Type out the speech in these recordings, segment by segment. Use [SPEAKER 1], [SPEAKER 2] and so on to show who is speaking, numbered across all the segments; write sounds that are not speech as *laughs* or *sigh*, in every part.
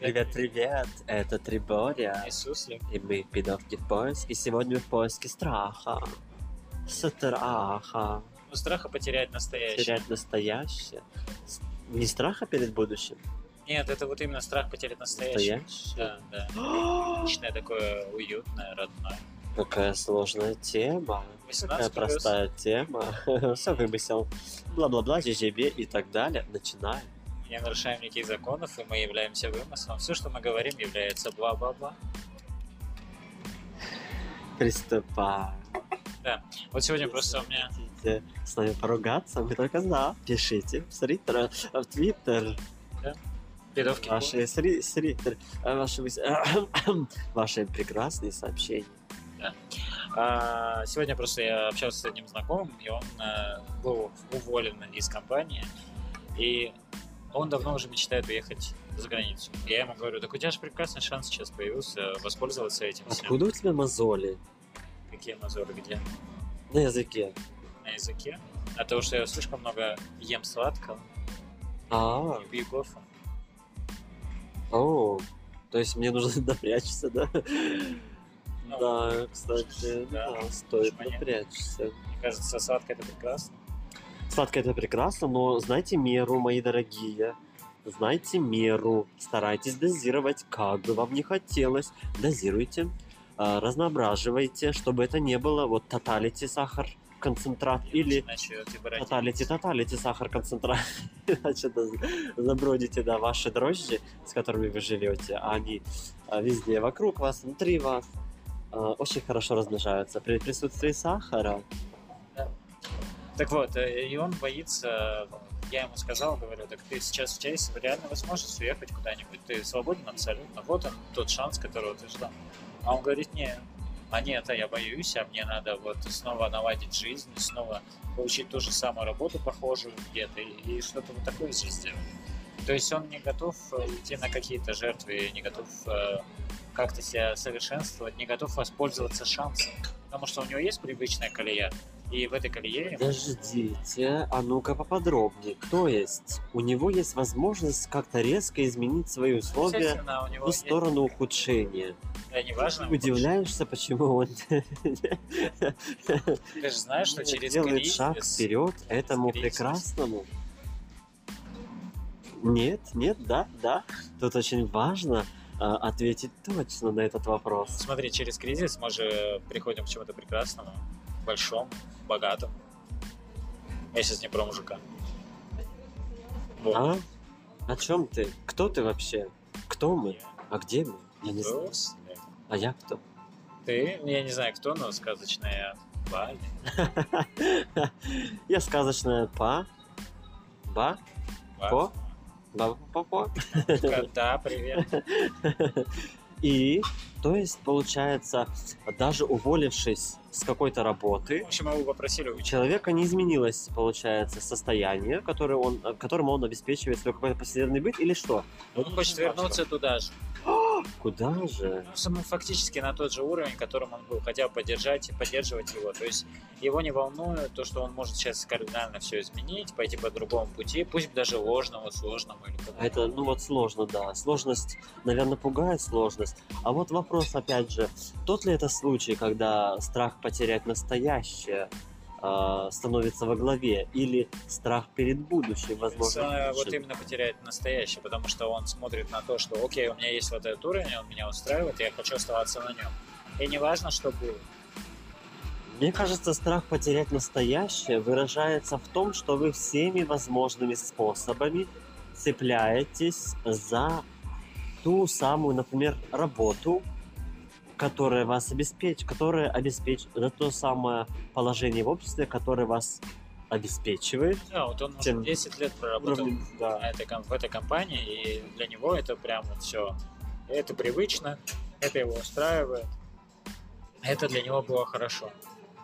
[SPEAKER 1] Привет, привет! Это Трибория,
[SPEAKER 2] И суслик.
[SPEAKER 1] и мы пидовки в поиске. Сегодня в поиске страха. Страха.
[SPEAKER 2] Ну, страха потерять настоящий.
[SPEAKER 1] Терять настоящее. С- Не страха перед будущим, а
[SPEAKER 2] Нет, это вот именно страх потерять настоящий.
[SPEAKER 1] настоящее.
[SPEAKER 2] Да, да. Личное такое уютное, родное.
[SPEAKER 1] Какая сложная тема. Какая
[SPEAKER 2] 18 плюс.
[SPEAKER 1] простая тема. *laughs* Все вымысел. Бла-бла-бла, жжебе и так далее. Начинаем.
[SPEAKER 2] Мы не нарушаем никаких законов, и мы являемся вымыслом. Все, что мы говорим, является бла-бла-бла.
[SPEAKER 1] Приступаем.
[SPEAKER 2] Вот сегодня
[SPEAKER 1] Если
[SPEAKER 2] просто у меня...
[SPEAKER 1] хотите с нами поругаться, мы только за. Пишите в Сриттер, в Твиттер,
[SPEAKER 2] Бедовки.
[SPEAKER 1] ваши сри, сриттер, э, ваши, выс- *coughs* ваши прекрасные сообщения.
[SPEAKER 2] А, сегодня просто я общался с одним знакомым, и он э, был уволен из компании, и он давно уже мечтает уехать за границу. Я ему говорю, так у тебя же прекрасный шанс сейчас появился воспользоваться этим всем.
[SPEAKER 1] Откуда у тебя мозоли
[SPEAKER 2] Какие мозоли где?
[SPEAKER 1] на языке?
[SPEAKER 2] На языке. От того, что я слишком много ем сладкого
[SPEAKER 1] А,
[SPEAKER 2] и пью кофе.
[SPEAKER 1] о, то есть мне нужно *laughs* напрячься, да?
[SPEAKER 2] Ну,
[SPEAKER 1] Да, кстати,
[SPEAKER 2] да.
[SPEAKER 1] да, стоит
[SPEAKER 2] Понятно.
[SPEAKER 1] напрячься.
[SPEAKER 2] Мне кажется, сладкое это прекрасно.
[SPEAKER 1] Сладкое это прекрасно, но знайте меру, мои дорогие. Знайте меру. Старайтесь дозировать, как бы вам не хотелось. Дозируйте, а, разноображивайте, чтобы это не было вот тоталити сахар концентрат или
[SPEAKER 2] Иначе ты бы родил.
[SPEAKER 1] тоталити, тоталити сахар концентрат. *laughs* Иначе да, забродите, да, ваши дрожжи, с которыми вы живете, а они а, везде вокруг вас, внутри вас. а, Очень хорошо размножаются при присутствии сахара.
[SPEAKER 2] Так вот, э, и он боится, ну, я ему сказал, говорю, так ты сейчас у тебя есть реально возможность уехать куда-нибудь, ты свободен абсолютно, вот он, тот шанс, которого ты ждал. А он говорит, не, а нет, а я боюсь, а мне надо вот снова наладить жизнь, снова получить ту же самую работу похожую где-то и, и что-то вот такое здесь сделать. То есть он не готов э, идти на какие-то жертвы, не готов э, как-то себя совершенствовать, не готов воспользоваться шансом, потому что у него есть привычная колея, и в этой колее ему
[SPEAKER 1] Подождите, а ну-ка поподробнее. То есть, у него есть возможность как-то резко изменить свои условия
[SPEAKER 2] Естественно, у него
[SPEAKER 1] в сторону ухудшения.
[SPEAKER 2] есть- Да, неважно.
[SPEAKER 1] Ты удивляешься, почему он *laughs*
[SPEAKER 2] Ты же знаешь, что
[SPEAKER 1] не
[SPEAKER 2] через
[SPEAKER 1] делает
[SPEAKER 2] кризис...
[SPEAKER 1] шаг вперед этому
[SPEAKER 2] кризис.
[SPEAKER 1] прекрасному. Нет, нет, да, да. Тут очень важно а, ответить точно на этот вопрос.
[SPEAKER 2] Смотри, через кризис мы же приходим к чему-то прекрасному, большому, богатому. Я сейчас не про мужика. Вот.
[SPEAKER 1] А? О чем ты? Кто ты вообще? Кто мы?
[SPEAKER 2] Я-
[SPEAKER 1] А где мы? Я не знаю.
[SPEAKER 2] Взрослый.
[SPEAKER 1] А я кто? *laughs*
[SPEAKER 2] Ты, я не знаю кто, но сказочная Бали.
[SPEAKER 1] Я сказочная па. Ба? По? Ба по по
[SPEAKER 2] Да, привет.
[SPEAKER 1] *laughs* И, то есть, получается, даже уволившись с какой-то
[SPEAKER 2] В
[SPEAKER 1] работы,
[SPEAKER 2] общем, его попросили
[SPEAKER 1] у
[SPEAKER 2] учить.
[SPEAKER 1] человека не изменилось, получается, состояние, которое он, э, которым он обеспечивает свой какой-то повседневный быт или что? Ну,
[SPEAKER 2] Он хочет вернуться туда же.
[SPEAKER 1] Куда же?
[SPEAKER 2] Ну, сам- фактически на тот же уровень, которым он был, хотя бы поддержать и поддерживать его. То есть его не волнует то, что он может сейчас кардинально все изменить, пойти по другому пути, пусть даже ложному, сложному или
[SPEAKER 1] А Это, ну вот сложно, да. Сложность, наверное, пугает сложность. А вот вопрос, опять же, тот ли это случай, когда страх потерять настоящее э, становится во главе, или страх перед будущим, возможно,
[SPEAKER 2] Самое вот
[SPEAKER 1] худшим?
[SPEAKER 2] именно потеряет настоящее, потому что он смотрит на то, что окей, у меня есть вот этот уровень, он меня устраивает, я хочу оставаться на нем. И не важно, что будет.
[SPEAKER 1] Мне кажется, страх потерять настоящее выражается в том, что вы всеми возможными способами цепляетесь за ту самую, например, работу, которая вас обеспечит, которая обеспечит за то самое положение в обществе, которое вас обеспечивает.
[SPEAKER 2] Да, вот он уже
[SPEAKER 1] Тем-
[SPEAKER 2] 10 лет проработал
[SPEAKER 1] Уровнем, да.
[SPEAKER 2] на этой, ком- в этой компании, и для него это прям вот все. Это привычно, это его устраивает. Это для него было хорошо.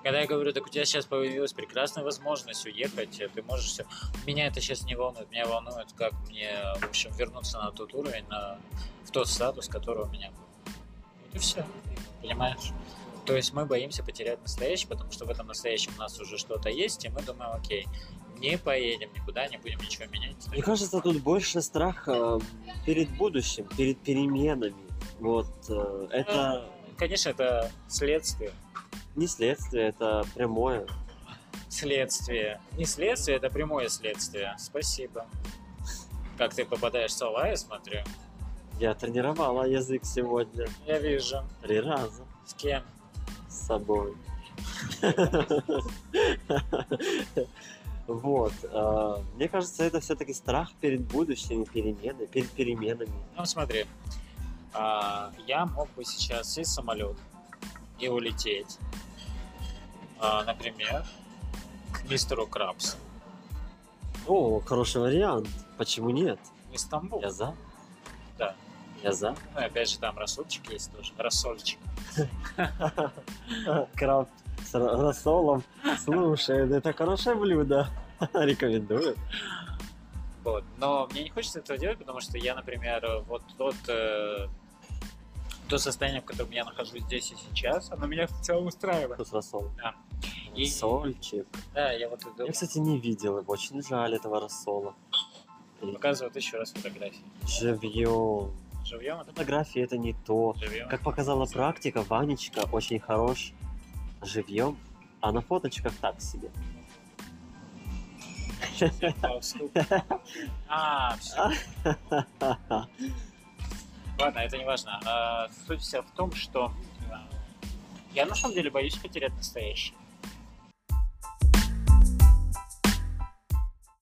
[SPEAKER 2] Когда я говорю, так у тебя сейчас появилась прекрасная возможность уехать, э, ты можешь все. Меня это сейчас не волнует. Меня волнует, как мне, в общем, вернуться на тот уровень, на... в тот статус, который у меня был. Вот и все. Понимаешь? То есть мы боимся потерять настоящее, потому что в этом настоящем у нас уже что-то есть, и мы думаем, окей, не поедем никуда, не будем ничего менять.
[SPEAKER 1] Мне кажется, тут больше страх э, перед будущим, перед переменами. Вот э, это
[SPEAKER 2] Конечно, это следствие.
[SPEAKER 1] не следствие, это прямое.
[SPEAKER 2] Следствие. Не следствие, это прямое следствие. Спасибо. Как ты попадаешь в слова, я смотрю.
[SPEAKER 1] Я тренировала язык сегодня
[SPEAKER 2] Я вижу.
[SPEAKER 1] три раза
[SPEAKER 2] С кем?
[SPEAKER 1] с собой. Вот. э, Мне кажется, это все-таки страх перед будущими переменами, перед переменами.
[SPEAKER 2] Ну, смотри, а, я мог бы сейчас сесть в самолет и улететь, а, например, к мистеру Крабсу
[SPEAKER 1] О, хороший вариант. Почему нет?
[SPEAKER 2] в Истамбул.
[SPEAKER 1] Я за.
[SPEAKER 2] Да.
[SPEAKER 1] Я за.
[SPEAKER 2] Ну, и опять же, там рассольчик есть тоже. Рассольчик.
[SPEAKER 1] Краб с ра- рассолом. Слушай, да это хорошее блюдо. Рекомендую.
[SPEAKER 2] Вот. Но мне не хочется этого делать, потому что я, например, э, вот тот, э, то состояние, в котором я нахожусь здесь и сейчас, оно меня в целом устраивает.
[SPEAKER 1] *laughs* С рассолом.
[SPEAKER 2] Да. И-
[SPEAKER 1] Рассольчик.
[SPEAKER 2] Да, я вот иду.
[SPEAKER 1] Я, кстати, не видел его. Очень жаль этого рассола.
[SPEAKER 2] Показывают еще раз фотографии.
[SPEAKER 1] Живьем.
[SPEAKER 2] Живьем это
[SPEAKER 1] Фотографии это не то.
[SPEAKER 2] живьем.
[SPEAKER 1] Как показала практика, Ванечка очень хорош живьем, а на фоточках так себе. *laughs*
[SPEAKER 2] А, все. Ладно, это не э, важно. А, Суть вся в том, что а, я на самом деле боюсь потерять настоящее.